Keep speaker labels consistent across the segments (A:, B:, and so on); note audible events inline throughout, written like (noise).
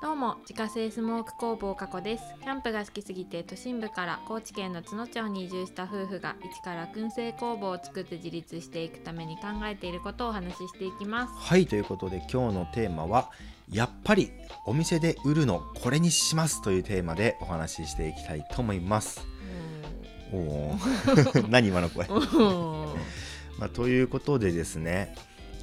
A: どうも自家製スモーク工房加古ですキャンプが好きすぎて都心部から高知県の津野町に移住した夫婦が一から燻製工房を作って自立していくために考えていることをお話ししていきます
B: はいということで今日のテーマは「やっぱりお店で売るのこれにします」というテーマでお話ししていきたいと思います。おお
A: (laughs)
B: (laughs) 何今の声、
A: おー
B: まあ、ということでですね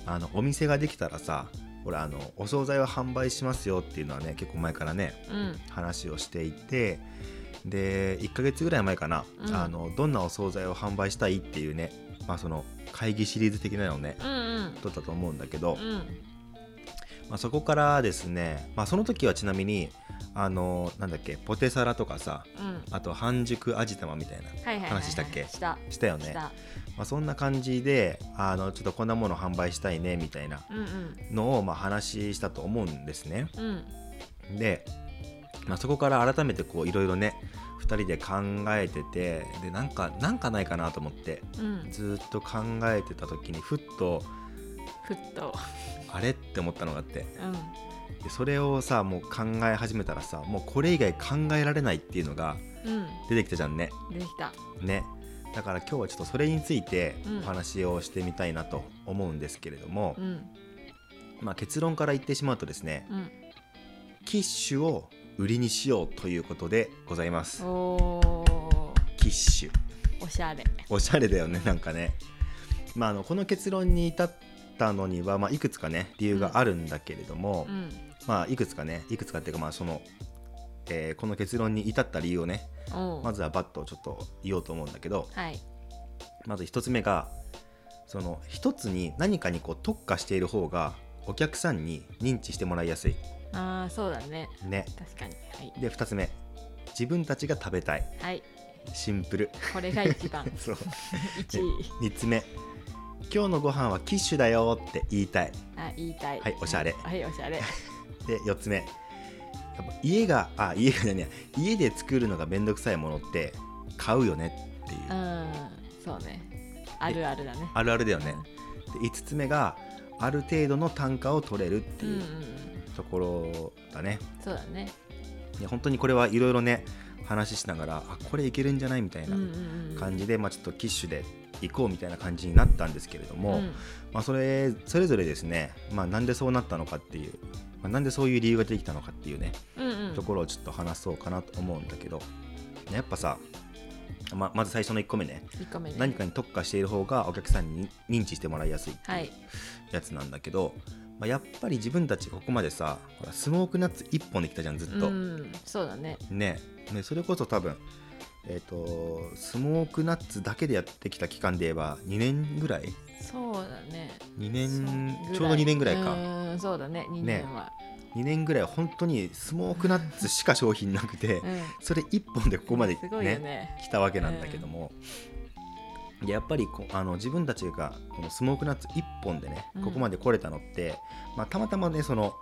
B: あのお店ができたらさほらあのお惣菜を販売しますよっていうのはね結構前からね
A: うん
B: 話をしていてで1ヶ月ぐらい前かな、
A: うん
B: あのどんなお惣菜を販売したいっていうね、まあ、その会議シリーズ的なのをね
A: うんうん
B: 撮ったと思うんだけど、
A: うん
B: まあ、そこからですね、まあ、その時はちなみにあのなんだっけポテサラとかさ
A: うん
B: あと半熟味玉みたいな
A: はいはいはいはい
B: 話したっけ
A: した
B: したよね
A: した
B: まあ、そんな感じであのちょっとこんなもの販売したいねみたいな
A: うんうん
B: のをまあ話したと思うんですね
A: うん
B: で、まあ、そこから改めてこういろいろね2人で考えててでなんかなんかないかなと思って
A: うん
B: ずーっと考えてた時にふっと
A: ふっと
B: あれって思ったのがあって
A: うん
B: でそれをさもう考え始めたらさもうこれ以外考えられないっていうのが
A: うん
B: 出てきたじゃんね
A: できた
B: ねだから今日はちょっとそれについて
A: うん
B: お話をしてみたいなと思うんですけれども、
A: うん
B: まあ、結論から言ってしまうとですね
A: うん
B: キッシュを売りにしようということでございます
A: おー
B: キッシュ
A: おしゃれ
B: おしゃれだよねなんかねまああのこの結論に至ったのには、まあ、いくつかね理由があるんだけれども、
A: うん
B: まあいくつかねいくつかっていうかまあその、えーこの結論に至った理由をね
A: おー
B: まずはバッとちょっと言おうと思うんだけど
A: はい
B: まず一つ目がその一つに何かにこう特化している方がお客さんに認知してもらいやすい
A: あーそうだね
B: ね
A: 確かにはい
B: で二つ目自分たちが食べたい
A: はい
B: シンプル (laughs)
A: これが一番
B: そう
A: 一位
B: 三つ目今日のご飯はキッシュだよって言いたい
A: あ言いたい
B: はいおしゃれ
A: はいおしゃれ
B: で四つ目やっぱ家があ家がじゃねえや家で作るのがめんどくさいものって買うよねっていううん
A: そうねあるあるだね
B: あるあるだよねで5つ目がある程度の単価を取れるって
A: うんう
B: い
A: ん
B: うところだね、
A: そうだね
B: いや本当にこれはいろいろね話ししながらあこれいけるんじゃないみたい
A: うん
B: な
A: うんうん
B: 感じで、まあ、ちょっとキッシュで行こうみたいな感じになったんですけれども、
A: うん
B: まあ、それそれぞれですね、まあ、なんでそうなったのかっていう、まあ、なんでそういう理由ができたのかっていうね
A: うんうん
B: ところをちょっと話そうかなと思うんだけど、ねやっぱさままず最初の1個目ね
A: 一個目ね
B: 何かに特化している方がお客さんに認知してもらいやすいって
A: はい
B: いうやつなんだけど、まあ、やっぱり自分たちここまでさほらスモークナッツ1本できたじゃんずっと。
A: うんそうだね
B: ねねそれこそ多分えっ、とスモークナッツだけでやってきた期間で言えば2年ぐらい
A: そうだね
B: 2
A: そ
B: 年
A: ぐ
B: ちょうど2年ぐらいか
A: うんそうだね2年は
B: 2年ぐらい本当にスモークナッツしか商品なくて、
A: うん
B: それ1本でここまです
A: ごいよね
B: 来たわけなんだけども、でやっぱりこうあの自分たちがこのスモークナッツ1本でね
A: うん
B: ここまで来れたのって、まあ、たまたまねその、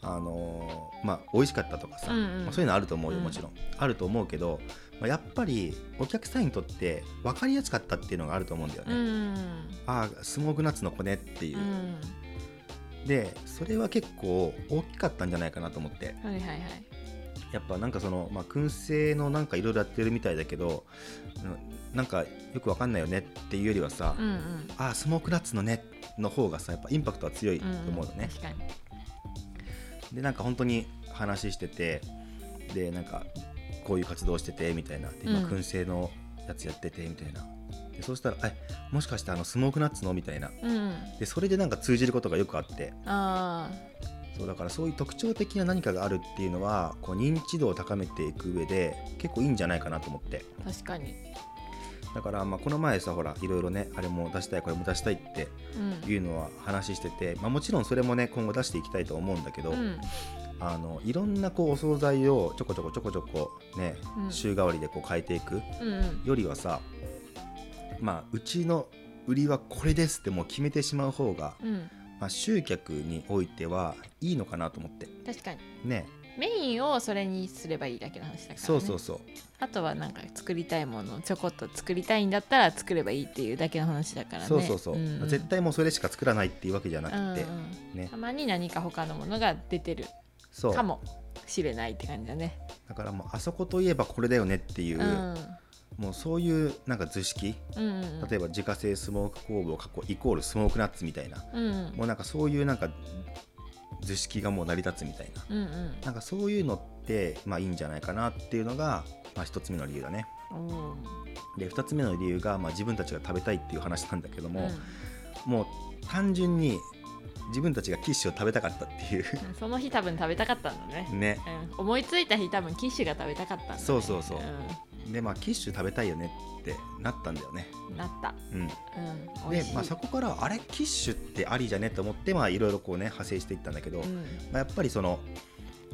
B: あのーまあ、美味しかったとかさ、
A: うんうん
B: まあそういうのあると思うよもちろん、あると思うけど、まあ、やっぱりお客さんにとって分かりやすかったっていうのがあると思うんだよ
A: う
B: ね。
A: ん
B: ああスモークナッツの子ねっていうう、
A: ん
B: でそれは結構大きかったんじゃないかなと思って
A: はいはいはい
B: やっぱなんかその、まあ、燻製のなんかいろいろやってるみたいだけどうんなんかよくわかんないよねっていうよりはさ、
A: うんうん
B: ああスモークナッツのねの方がさやっぱインパクトは強いと
A: うん
B: 思うのね、
A: 確かに
B: でなんか本当に話しててでなんかこういう活動しててみたいなで今
A: うん
B: 燻製のやつやっててみたいな、でそうしたらえもしかしてあのスモークナッツのみたいな
A: うんうん
B: でそれでなんか通じることがよくあって
A: あ
B: そうだからそういう特徴的な何かがあるっていうのはこう認知度を高めていく上で結構いいんじゃないかなと思って
A: ー確かに
B: だからまあこの前さほらいろいろねあれも出したいこれも出したいって
A: うん
B: いうのは話してて、まあ、もちろんそれもね今後出していきたいと思うんだけど、
A: うん
B: あのいろんなこうお惣菜をちょこちょこちょこちょこね、
A: うん
B: 週替わりでこう変えていく
A: うんうん
B: よりはさまあうちの売りはこれですってもう決めてしまう方が、
A: うん
B: まあ、集客においてはいいのかなと思って
A: 確かに
B: ね
A: メインをそれにすればいいだけの話だから、ね、
B: そうそうそう
A: あとはなんか作りたいものをちょこっと作りたいんだったら作ればいいっていうだけの話だからね
B: そうそうそう、
A: んん
B: 絶対もうそれしか作らないっていうわけじゃなくて、
A: うんうん
B: ね
A: たまに何か他のものが出てる
B: そう
A: かもしれないって感じだね。
B: だからもうあそこといえばこれだよねっていうう、
A: ん。
B: もうそういうなんか図式
A: うんうんうん。
B: 例えば自家製スモーク工房過去イコールスモークナッツみたいな、
A: うんうん
B: もうなんかそういうなんか図式がもう成り立つみたいな
A: うん
B: なんかそういうのってまあいいんじゃないかなっていうのが、まあ、1つ目の理由だね
A: うん。おー
B: で2つ目の理由が、まあ、自分たちが食べたいっていう話なんだけど
A: う
B: も、
A: ん
B: もう単純に自分たちがキッシュを食べたかったっていう
A: その日多分食べたかったんだね。
B: ね
A: うん。思いついた日多分キッシュが食べたかったんだね。
B: そうそうそうんでまあキッシュ食べたいよねってなったんだよね
A: なった。
B: うん
A: うん。美
B: で
A: 味しい。
B: まあ、そこからあれキッシュってありじゃねと思ってまあいろいろこうね派生していったんだけど、
A: う
B: ま
A: ん。
B: あ、やっぱりその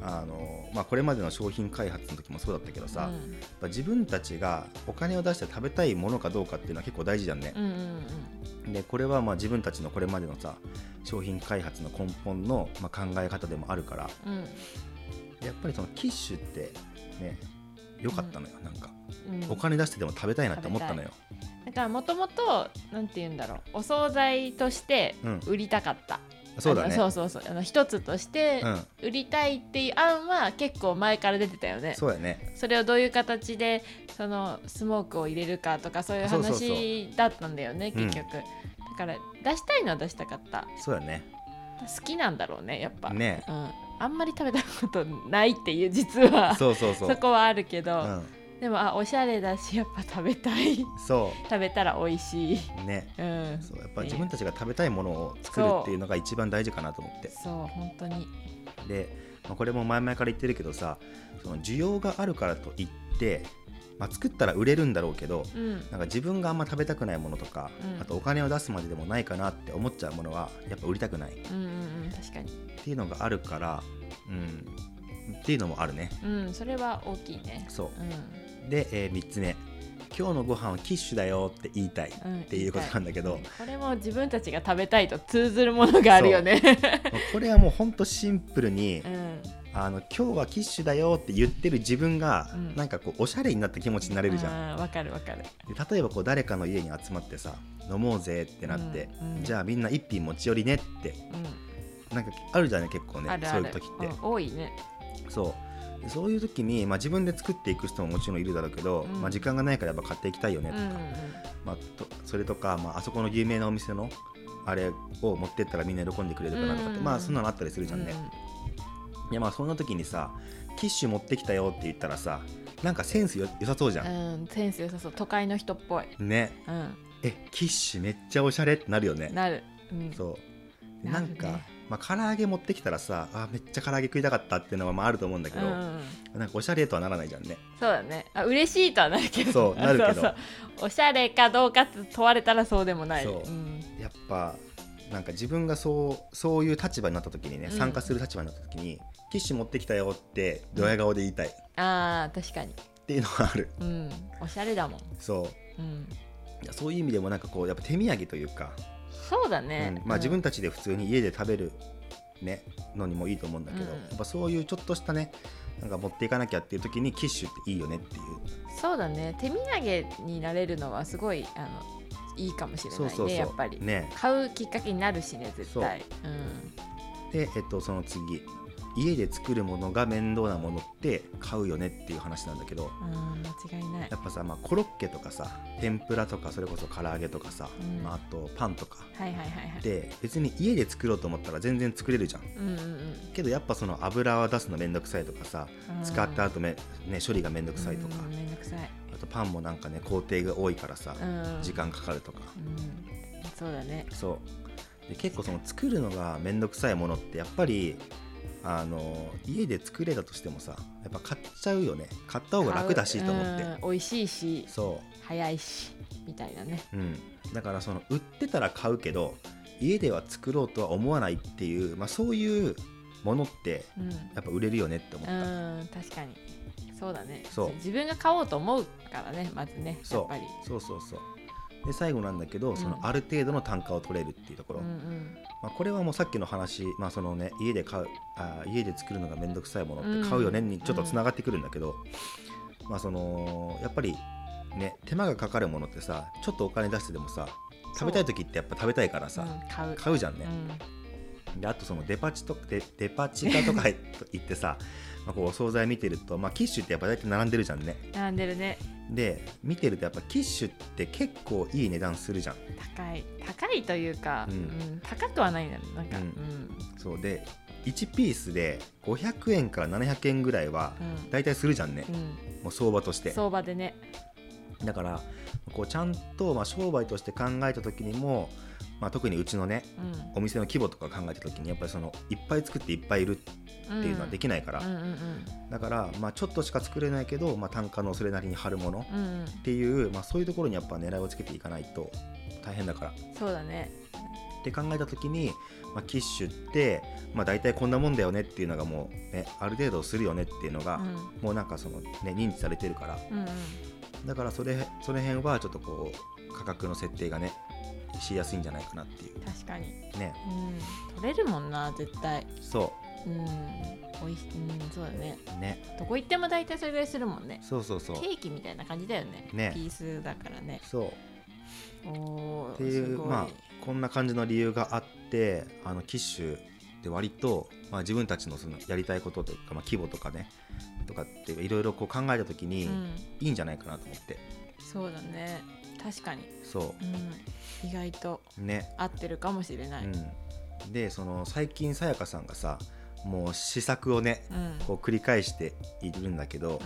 B: あの、まあ、これまでの商品開発の時もそうだったけどさ、
A: う
B: やっ
A: ん
B: ぱ自分たちがお金を出して食べたいものかどうかっていうのは結構大事じゃんね
A: う、んうん
B: でこれはまあ自分たちのこれまでのさ商品開発の根本のまあ考え方でもあるから
A: うんうん
B: やっぱりそのキッシュってね良かったのよ、なんか
A: うん
B: お金出してでも食べたいなって思ったのよ、
A: だからもともとなんて言うんだろうお惣菜として
B: うん
A: 売りたかった、
B: そうだ
A: あの
B: ね
A: そうそうそうあの一つとして
B: うん
A: 売りたいっていう案は結構前から出てたよね
B: そうだね
A: それをどういう形でそのスモークを入れるかとかそういう
B: そうそうそう
A: 話だったんだよね
B: うん
A: 結局、だから出したいのは出したかった
B: そうだね
A: 好きなんだろうねやっぱ
B: ね
A: うん、あんまり食べたことないっていう実は (laughs) そ
B: そうそうそう
A: こはあるけど、
B: うん
A: でもあおしゃれだしやっぱ食べたい
B: そ
A: 食べたら美味しい、
B: うね
A: うん、
B: そうやっぱ自分たちが食べたいものを作るっていうのが一番大事かなと思って
A: そう本当に
B: で、まあこれも前々から言ってるけどさその需要があるからといって、まあ、作ったら売れるんだろうけど
A: うん
B: なんか自分があんま食べたくないものとか、
A: うん
B: あとお金を出すまででもないかなって思っちゃうものはやっぱ売りたくないっ
A: うんうんうん確かに
B: ていうのがあるから、うん、っていうのもあるね
A: うんそれは大きいね
B: そう
A: うん
B: で、え3つ目今日のご飯はキッシュだよって言いたい
A: うん
B: っていうことなんだけど、
A: うんこれも自分たちが食べたいと通ずるものがあるよね
B: まあこれはもうほんとシンプルに
A: (laughs) うん
B: あの今日はキッシュだよって言ってる自分が、
A: うん
B: なんかこうおしゃれになった気持ちになれるじゃ
A: ん
B: ん、
A: わかるわかる
B: で例えばこう誰かの家に集まってさ飲もうぜってなって、
A: うんうん
B: じゃあみんな一品持ち寄りねって
A: うん
B: なんかあるじゃない結構ね
A: あるある
B: そういう時って、
A: うん多いね
B: そうでそういう時に、まあ、自分で作っていく人ももちろんいるだろうけど、
A: うん
B: まあ、時間がないからやっぱ買っていきたいよね
A: うん
B: と
A: う
B: か、
A: ん
B: まあ、とそれとか、まあ、あそこの有名なお店のあれを持ってったらみんな喜んでくれるかなとかって、
A: うん
B: まあそんなのあったりするじゃんね、いやまあそんな時にさキッシュ持ってきたよって言ったらさなんかセンスよ良さそうじゃ、
A: うんんうんセンス良さそう都会の人っぽい
B: ね
A: うん
B: えキッシュめっちゃおしゃれってなるよね
A: なるうん
B: そう
A: な
B: な
A: る
B: ん
A: ね
B: か、まあ、唐揚げ持ってきたらさあめっちゃ唐揚げ食いたかったっていうのはまああると思うんだけ
A: う
B: ど、
A: んうん
B: なんかおしゃれとはならないじゃんね
A: そうだねあ嬉しいとはなるけど
B: そうなるけど
A: そうそうおしゃれかどうかって問われたらそうでもない
B: そうんやっぱなんか自分がそうそういう立場になった時にね
A: うん
B: 参加する立場になった時に、キッシュ持ってきたよってドヤ顔で言いたいっ
A: あー確かに、
B: ていうのがある
A: うん、おしゃれだもん、
B: そう
A: うん、
B: いやそういう意味でもなんかこうやっぱ手土産というか、
A: そうだね、
B: うんまあ、自分たちで普通に家で食べる、ね、のにもいいと思うんだけど、
A: うん
B: やっぱそういうちょっとしたねなんか持っていかなきゃっていう時にキッシュっていいよねっていう
A: そうだね手土産になれるのはすごいあのいいかもしれないね
B: そうそうそう
A: やっぱり、
B: ね
A: 買うきっかけになるしね絶対
B: で、えっと、その次家で作るものが面倒なものって買うよねっていう話なんだけど
A: う、ん、うん、間違いない
B: やっぱさ、まあ、コロッケとかさ天ぷらとかそれこそ唐揚げとかさ、
A: うん
B: まあ、あとパンとか
A: はいはいはいはい
B: で別に家で作ろうと思ったら全然作れるじゃん
A: うんうんうん
B: けどやっぱその油は出すの面倒くさいとかさ
A: うん
B: 使った後め、ね、処理が面倒くさいとか
A: うんめんどくさい、
B: あとパンもなんかね工程が多いからさ
A: うん、
B: 時、間かかるとか
A: うん、そうだね
B: そうで結構その作るのが面倒くさいものってやっぱりあの家で作れたとしてもさやっぱ買っちゃうよね買った方が楽だしと思って
A: うん美味しいし
B: そ
A: 早いしみたいなね
B: う、うん、だからその売ってたら買うけど家では作ろうとは思わないっていう、まあ、そういうものって
A: うん、うん、
B: やっぱ売れるよねって思った、
A: 確かにそうだね
B: そう
A: 自分が買おうと思うからねまずねや
B: そう
A: っぱり
B: そうそうそうで最後なんだけど、
A: ん
B: そのある程度の単価を取れるっていうとこ
A: う
B: ろ、
A: んう
B: ま
A: ん
B: あ、これはもうさっきの話、まあそのね、家で買うあー家で作るのが面倒くさいものって買うよね
A: うん
B: にちょっとつながってくるんだけど、まあ、そのやっぱり、ね、手間がかかるものってさちょっとお金出してでもさ食べたい時ってやっぱ食べたいからさ、
A: うん買う
B: 買うじゃん
A: う
B: ね、
A: ん
B: であとそのデパ地とデデパ地下とかへと行ってさ (laughs) まあこうお惣菜見てると、まあ、キッシュってやっぱ大体並んでるじゃんね
A: 並んでるね
B: で見てるとやっぱキッシュって結構いい値段するじゃん
A: 高い高いというか、
B: う
A: うんん高くはないんだよなんか、
B: う
A: うんん
B: そうで1ピースで500円から700円ぐらいは
A: うん
B: 大体するじゃんね
A: う、ん
B: もう相場として
A: 相場でね
B: だからこうちゃんとまあ商売として考えた時にも、まあ、特にうちのね
A: うん
B: お店の規模とか考えた時にやっぱりそのいっぱい作っていっぱいいるっ
A: って
B: いうのはで
A: き
B: きないから、
A: うんうんうん
B: だからまあちょっとしか作れないけど、まあ、単価のそれなりに張るもの
A: うんうん、
B: っていう、まあ、そういうところにやっぱ狙いをつけていかないと大変だから
A: そうだね
B: って考えた時に、まあ、キッシュって、まあ、大体こんなもんだよねっていうのがもう、ね、ある程度するよねっていうのが、
A: うん
B: もうなんかその、ね、認知されてるから
A: うん
B: だからそれその辺はちょっとこう価格の設定がねしやすいんじゃないかなってい
A: 確かに、
B: うね
A: うん、取れるもんな絶対
B: そ
A: うんおいしうんそうだね
B: うね
A: どこ行っても大体それぐらいするもんね
B: そうそうそう
A: ケーキみたいな感じだよね
B: ね
A: ピースだからね
B: そう
A: おー
B: ってい
A: す
B: う
A: ごい
B: まあこんな感じの理由があってあのキッシュで割と、まあ、自分たちのそのやりたいことというか、まあ、規模とかねとかっていろいろこう考えた時に、
A: うん、
B: いいんじゃないかなと思って
A: そうだね確かに、
B: そ
A: うん、意外と
B: うね
A: 合ってるかもしれない、うん
B: うん、でその最近さやかさんがさもう試作をね
A: うん
B: こう繰り返しているんだけど、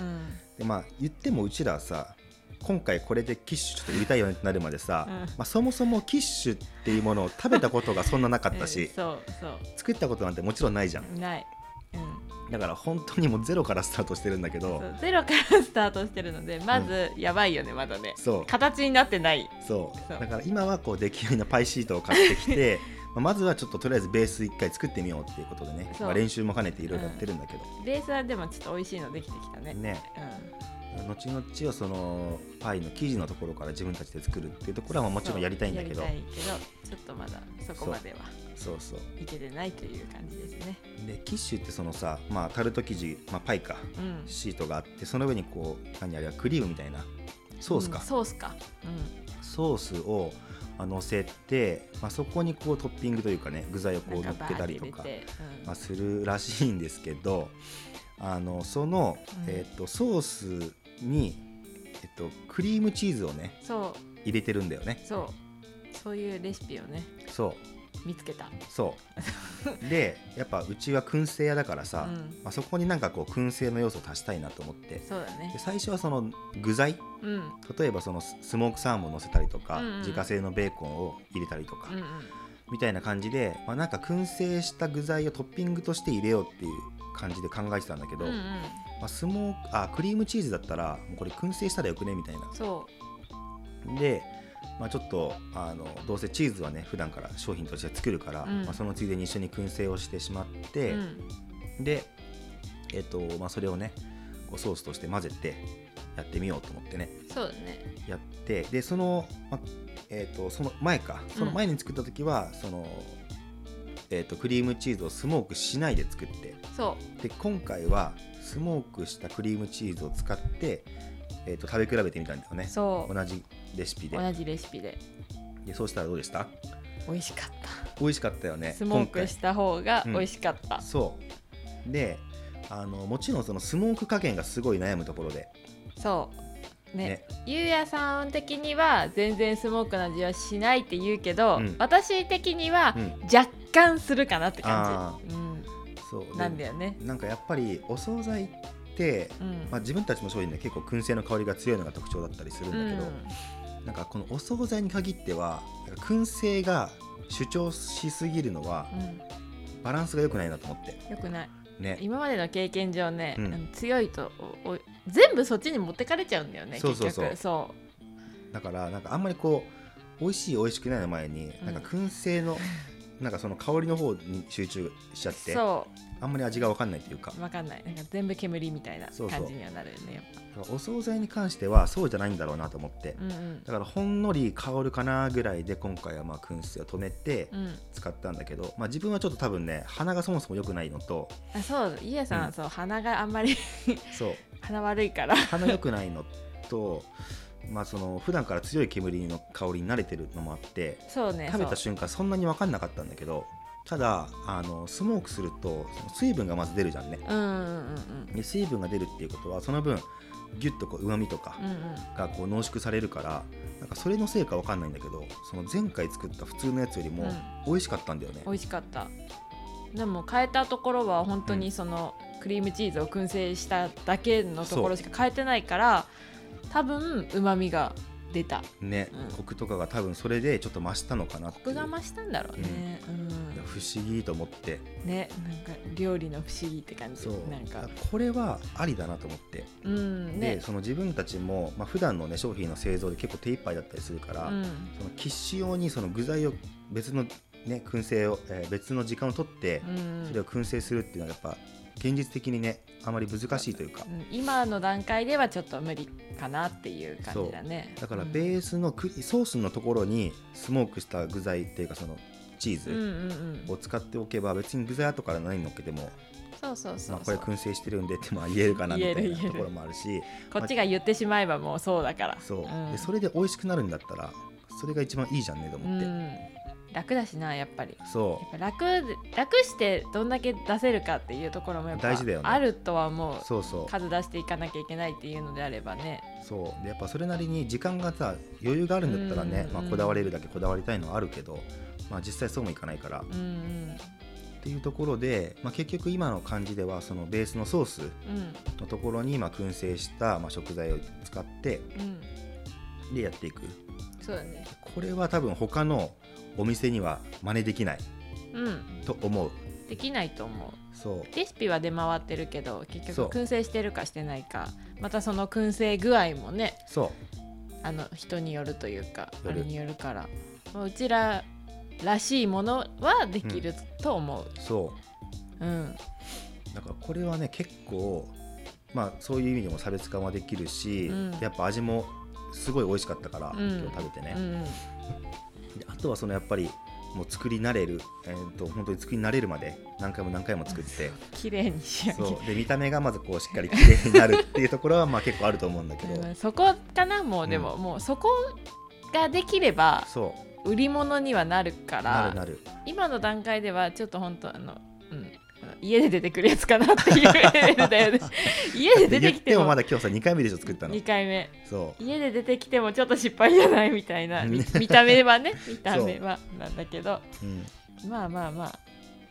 B: でまあ言ってもうちらさ今回これでキッシュちょっと売りたいよねってなるまでさ、
A: うん
B: まあ、そもそもキッシュっていうものを食べたことがそんななかった
A: う
B: し
A: ん、そうそ
B: 作ったことなんてもちろんないじゃん
A: うない、うん、
B: だから本当にもうゼロからスタートしてるんだけど
A: そうゼロからスタートしてるのでまずやばいよね、まだね
B: そう
A: 形になってない
B: そう
A: そう
B: だから今はこう出来合いのパイシートを買ってき
A: (laughs)
B: てまあまずはちょっととりあえずベース一回作ってみようっていうことでね、
A: そう
B: まあ、練習も兼ねていろいろやってるんだけど、
A: ベースはでもちょっと美味しいのできてきたね
B: ね
A: う
B: 後々はそのパイの生地のところから自分たちで作るっていうところはまあ
A: ん
B: もちろんやりたいんだけど
A: そうやりたいけどちょっとまだそこまでは
B: そうそう
A: いけてないという感じですね
B: でキッシュってそのさ、まあ、タルト生地、まあ、パイか
A: うん
B: シートがあってその上にこう何あれはクリームみたいなソースか、
A: うんソースかうん
B: ソースをまあ乗せて、まあ、そこにこうトッピングというかね具材をこう乗
A: な
B: っ
A: んか
B: け
A: バー
B: た
A: って
B: りと
A: 入れ
B: か、
A: て
B: まあ、するらしいんですけどあのその、
A: うん
B: えっとソースに、えっとクリームチーズをね
A: うんそう
B: 入れてるんだよね
A: そうそういうレシピをね
B: そう
A: 見つけた
B: そ
A: (laughs)
B: うでやっぱうちは燻製屋だからさ、
A: うん
B: まあ、そこになんかこう燻製の要素を足したいなと思って
A: そうだね
B: で最初はその具材
A: うんうん
B: 例えばそのススモークサーモンを乗せたりとか、
A: うんうん
B: 自家製のベーコンを入れたりとか、
A: うん
B: みたいな感じで、まあ、なんか燻製した具材をトッピングとして入れようっていう感じで考えてたんだけ
A: う
B: ど、
A: んう
B: ま
A: ん
B: あ、スモークあクリームチーズだったらもうこれ燻製したらよくねみたいな
A: そ
B: で、まあ、ちょっとあのどうせチーズはね普段から商品として作るから、
A: うん
B: まあ、そのついでに一緒に燻製をしてしまっ
A: う
B: て、
A: うん
B: で、えっとまあ、それをねこうソースとして混ぜてやってみようと思ってね
A: そうだね
B: やってでその,、まあえっとその前かその前に作った時は、その、えっとクリームチーズをスモークしないで作って
A: そ
B: で今回はスモークしたクリームチーズを使って、えっと食べ比べてみたんだよね
A: うそう
B: 同じレシピで
A: 同じレシピで
B: でそうしたらどうでした
A: 美味しかった
B: 美味しかったよね
A: スモークした方が
B: うん
A: 美味しかった
B: 今回、そうであのもちろんそのスモーク加減がすごい悩むところで
A: そうね
B: ね
A: ゆうやさん的には全然スモークの味はしないって言うけど、
B: うん
A: 私的には
B: うん
A: 若干するかなって感じ、
B: そう
A: うん、
B: で
A: なんだよね、
B: なんかやっぱりお惣菜って、
A: うん
B: まあ、自分たちの商品で結構燻製の香りが強いのが特徴だったりするんだけど、なんかこのお惣菜に限ってはなんか燻製が主張しすぎるのは
A: うんうん
B: バランスが良くないなと思って
A: よくない
B: ね
A: 今までの経験上ね、
B: うん
A: あの強いとおお全部そっちに持ってかれちゃうんだよね
B: そうそう
A: 結局そ
B: だからなんかあんまりこう美味しい美味しくないの前に、
A: うん
B: なんか燻製のなんかその香りの方に集中しちゃっ
A: う
B: て
A: そ
B: あんまり味が分かんないというか
A: うわかんないなんか全部煙みたいな
B: そうそう
A: 感じにはなるよねやっぱ
B: お惣菜に関してはそうじゃないんだろうなと思って、
A: うんうん
B: だからほんのり香るかなぐらいで今回はまあ燻製を止めて、
A: うん
B: 使ったんだけど、まあ、自分はちょっと多分ね鼻がそもそも良くないのと
A: あそうゆうやさんは、
B: うん
A: そう鼻があんまり (laughs)
B: そう
A: 鼻悪いから
B: 鼻良くないのと (laughs) まあその普段から強い煙の香りに慣れてるのもあって
A: そうね
B: 食べ
A: そ
B: た
A: う
B: 瞬間そんなに分かんなかったんだけどただあのスモークするとその水分がまず出るじゃんね
A: うんうん
B: で水分が出るっていうことはその分ギュッとこう旨味とか
A: うんうんうん
B: がこう濃縮されるからなんかそれのせいかわかんないんだけどその前回作った普通のやつよりも
A: うん
B: 美味しかったんだよね、
A: 美味しかったでも変えたところは本当
B: う
A: に
B: ん
A: そのクリームチーズを燻製しただけのところしか変えてないから多分うまみが出た
B: ね、
A: うん
B: コクとかが多分それでちょっと増したのかなって
A: コ
B: いう
A: クが増したんだろうね、うん
B: いや不思議と思って
A: ねなんか料理の不思議って感じ
B: そう
A: なんか
B: これはありだなと思って、
A: うんね
B: でその自分たちも、まあ普段のね商品の製造で結構手一杯だったりするから、
A: うん
B: そのキッシュ用にその具材を別のね燻製を、えー別の時間を取って
A: う、ん
B: それを燻製するっていうのはやっぱ現実的にねあまり難しいというか、
A: うん今の段階ではちょっと無理かなっていう感じだね
B: だから
A: うん
B: ベースのクソースのところにスモークした具材っていうかそのチー
A: うんう
B: ズ
A: んうん
B: を使っておけば別に具材後から何乗っけても
A: そうそうそう
B: まあ、
A: そ
B: こ
A: う
B: れ燻製してるんでってまあ言えるかなみた
A: 言え
B: い
A: る
B: な
A: 言える
B: ところもあるし
A: こっちが言ってしまえばもうそうだから
B: そう、
A: ん
B: でそれで美味しくなるんだったらそれが一番いいじゃんねと
A: う
B: 思って、
A: ん、楽だしなやっぱり
B: そ
A: やっぱ楽で楽してどんだけ出せるかっていうところもやっぱ
B: 大事だよね
A: あるとは思う
B: うそうそう
A: 数出していかなきゃいけないっていうのであればね
B: そうでやっぱそれなりに時間がさ余裕があるんだったらね
A: う、ん
B: まあ、こだわれるだけこだわりたいのはあるけど、まあ、実際そうもいかないから、
A: うんうん
B: っていうところで、まあ、結局今の感じではそのベースのソースのところにまあ燻製したまあ食材を使って
A: うんうん
B: でやっていく
A: そうだね
B: これは多分他のお店には真似できない
A: うん
B: と思う
A: できないと思う
B: そう
A: レシピは出回ってるけど結
B: そう
A: 局燻製してるかしてないかまたその燻製具合もね
B: そう
A: あの人によるというか
B: よ
A: あ
B: る
A: れによるからまあうちららしいものはできると思う
B: そう
A: うん
B: だからこれはね結構まあそういう意味でも差別化もできるし、
A: うん
B: やっぱ味もすごい美味しかったから、
A: うん
B: 今日食べて
A: う
B: ね、
A: ん
B: であとはそのやっぱりもう作り慣れる、えー、と本当に作り慣れるまで何回も何回も作
A: (laughs)
B: って
A: 綺麗に仕上げ
B: そうで見た目がまずこうしっかり綺麗になるっていうところはまあ結構あると思うんだけど、
A: うんそこかなも
B: う
A: うんでも、もうそこができれば
B: そ
A: 売り物にはなるか
B: うな
A: ら
B: るなる
A: 今の段階ではちょっと本当あの、うん、あの家で出てくるやつかなっていうレベルだ
B: (laughs)
A: よね家で (laughs) 出てきて
B: 言
A: も
B: もまだ今日さ2回目でしょ作ったの
A: 2回目
B: そう
A: 家で出てきてもちょっと失敗じゃないみたいな
B: (laughs)
A: み
B: ね
A: 見た目はね見た目はなんだけど
B: うん、
A: まあまあまあ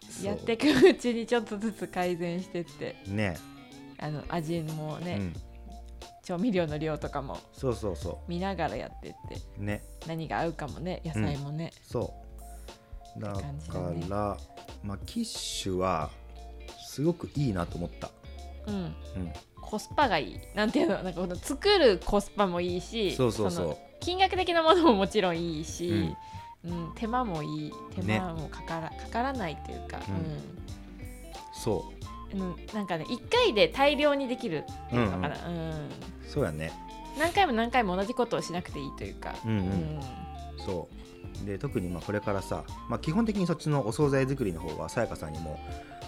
B: そう
A: やっていくうちにちょっとずつ改善してって
B: ね
A: あの味もね、
B: うん、
A: 調味料の量とかも
B: そうそうそ
A: 見ながらやってって
B: うね
A: 何が合うかもね野菜もね、
B: そうだか
A: 感じだ
B: ら、
A: ね
B: まあキッシュはすごくいいなと思った、
A: うん
B: うん、
A: コスパがいいなんていうのなんかこの作るコスパもいいし
B: そうそう
A: そ
B: そう
A: の金額的なものももちろんいいし、
B: うん
A: うん手間もいい手間もかから,、かからないというか、
B: そ
A: うんうんなんかね1回で大量にできるっていうのかな、うん
B: うそうやね
A: 何回も何回も同じことをしなくていいというか。
B: うんう、
A: うんん
B: そうで特にまあこれからさ、まあ、基本的にそっちのお惣菜作りの方はさやかさんにも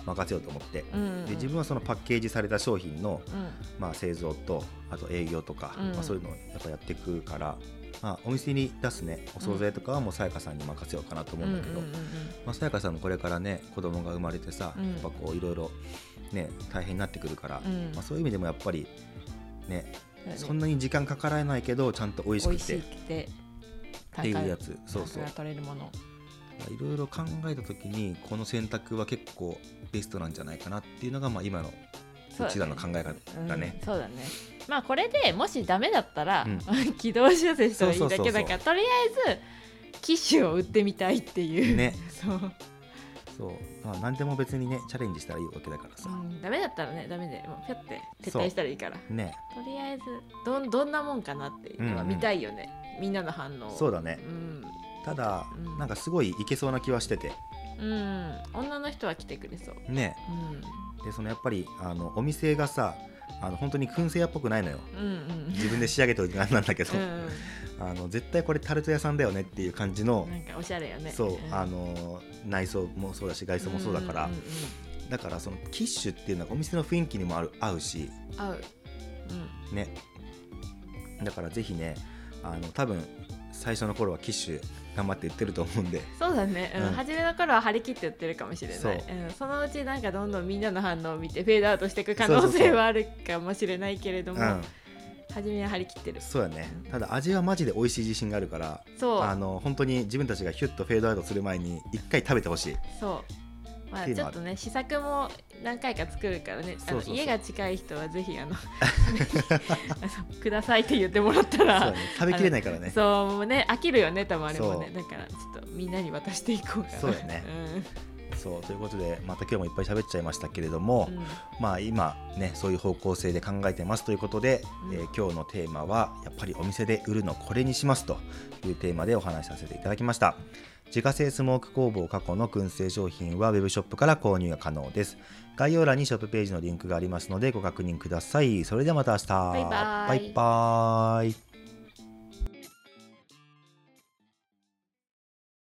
B: 任せようと思って
A: うんうん
B: で自分はそのパッケージされた商品の、
A: うん
B: まあ、製造とあと営業とか、
A: うん
B: まあ、そういうのをやっぱやっていくから、まあ、お店に出すねお惣菜とかはもうさやかさんに任せようかなと思うんだけど、
A: うんうんうん
B: まあ、さやかさんもこれからね子供が生まれてさ、
A: うん
B: やっぱこういろいろね大変になってくるから、
A: うん
B: まあ、そういう意味でもやっぱりね
A: うん
B: そんなに時間かからないけどちゃんと美味し
A: 美
B: く
A: 味してい
B: っ
A: くて
B: ていうやつそう
A: 高
B: そう
A: が取れるもの
B: いろいろ考えた時にこの選択は結構ベストなんじゃないかなっていうのがまあ今のうちらの考え
A: う
B: 方
A: ん
B: だね。
A: そうだねまあこれでもしダメだったら、
B: うん
A: (laughs) 軌道修正したらいいだ
B: そうそうそうそう
A: けだからとりあえず機種を売ってみたいっていう、
B: ね
A: (laughs) そう、
B: そうまあ、何でも別にねチャレンジしたらいいわけだからさ
A: う、ん、ダメだったらねダメでもうピョって撤退したらいいからと
B: ね
A: りあえずどんどんなもんかなっていうのは見たいよね、みんなの反応を
B: そうだね
A: うん、
B: ただ、
A: うん
B: なんかすごいいけそうな気はしてて
A: うん、女の人は来てくれそう、
B: ねでそのやっぱりあのお店がさあの本当に燻製屋っぽくないのよ
A: うん、うん
B: (laughs)
A: うん
B: 自分で仕上げておいてなんなんだけど、
A: うん
B: あの絶対これタルト屋さんだよねっていう感じの、
A: なんかおしゃれよね
B: そうあ
A: の
B: の内装もそうだし外装もそうだから、だからそのキッシュっていうのはお店の雰囲気にもある合うし
A: 合う、うん、
B: ねだからぜひねあの多分最初の頃はキッシュ頑張って売ってると思うんで
A: そうだね、うん
B: うん
A: 初めの頃は張り切って売ってるかもしれない
B: そう
A: うん、そのうちなんかどんどんみんなの反応を見てフェードアウトしていく可能性はあるかもしれないけれど
B: う
A: も
B: ん
A: 初めは張り切ってる
B: そうやねただ味はマジで美味しい自信があるから
A: そう
B: あの本当に自分たちがヒュッとフェードアウトする前に一回食べてほしい
A: そう。ま
B: っ
A: あ、
B: ていう
A: ち
B: の
A: ょ
B: は
A: っとね試作も何回か作るからねあ
B: そ
A: の
B: うそうそう
A: 家が近い人はぜひあの (laughs) あのくださいって言ってもらった
B: そうや
A: ら
B: ね食べきれないからね
A: そうもうね飽きるよねたまれもね
B: そ
A: だからちょっとみんなに渡していこうかな
B: そうだねそうということでまた今日もいっぱい喋っちゃいましたけれども、
A: うんうん
B: まあ今ねそういう方向性で考えてますということで、
A: うん
B: えー今日のテーマはやっぱりお店で売るのこれにしますというテーマでお話しさせていただきました自家製スモーク工房過去の燻製商品はウェブショップから購入が可能です概要欄にショップページのリンクがありますのでご確認くださいそれではまた明日
A: バイバイ
B: バイバイ